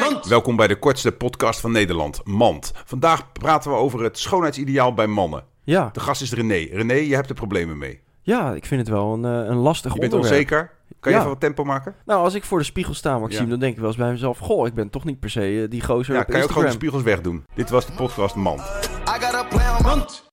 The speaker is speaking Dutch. Mand. Welkom bij de kortste podcast van Nederland, Mand. Vandaag praten we over het schoonheidsideaal bij mannen. Ja, De gast is René. René, je hebt er problemen mee. ja, ik vind het wel een, eh, een lastig Je bent onderwerp. onzeker. Kan je Ja. even wat tempo maken? Nou, als ik voor de spiegel sta, Maxime, Ja. dan denk ik wel eens bij mezelf... Goh, ik ben toch niet per se eh, die gozer Ja, op kan je ook gewoon de Instagram. spiegels wegdoen. Dit was de podcast Mand. I got a plan on my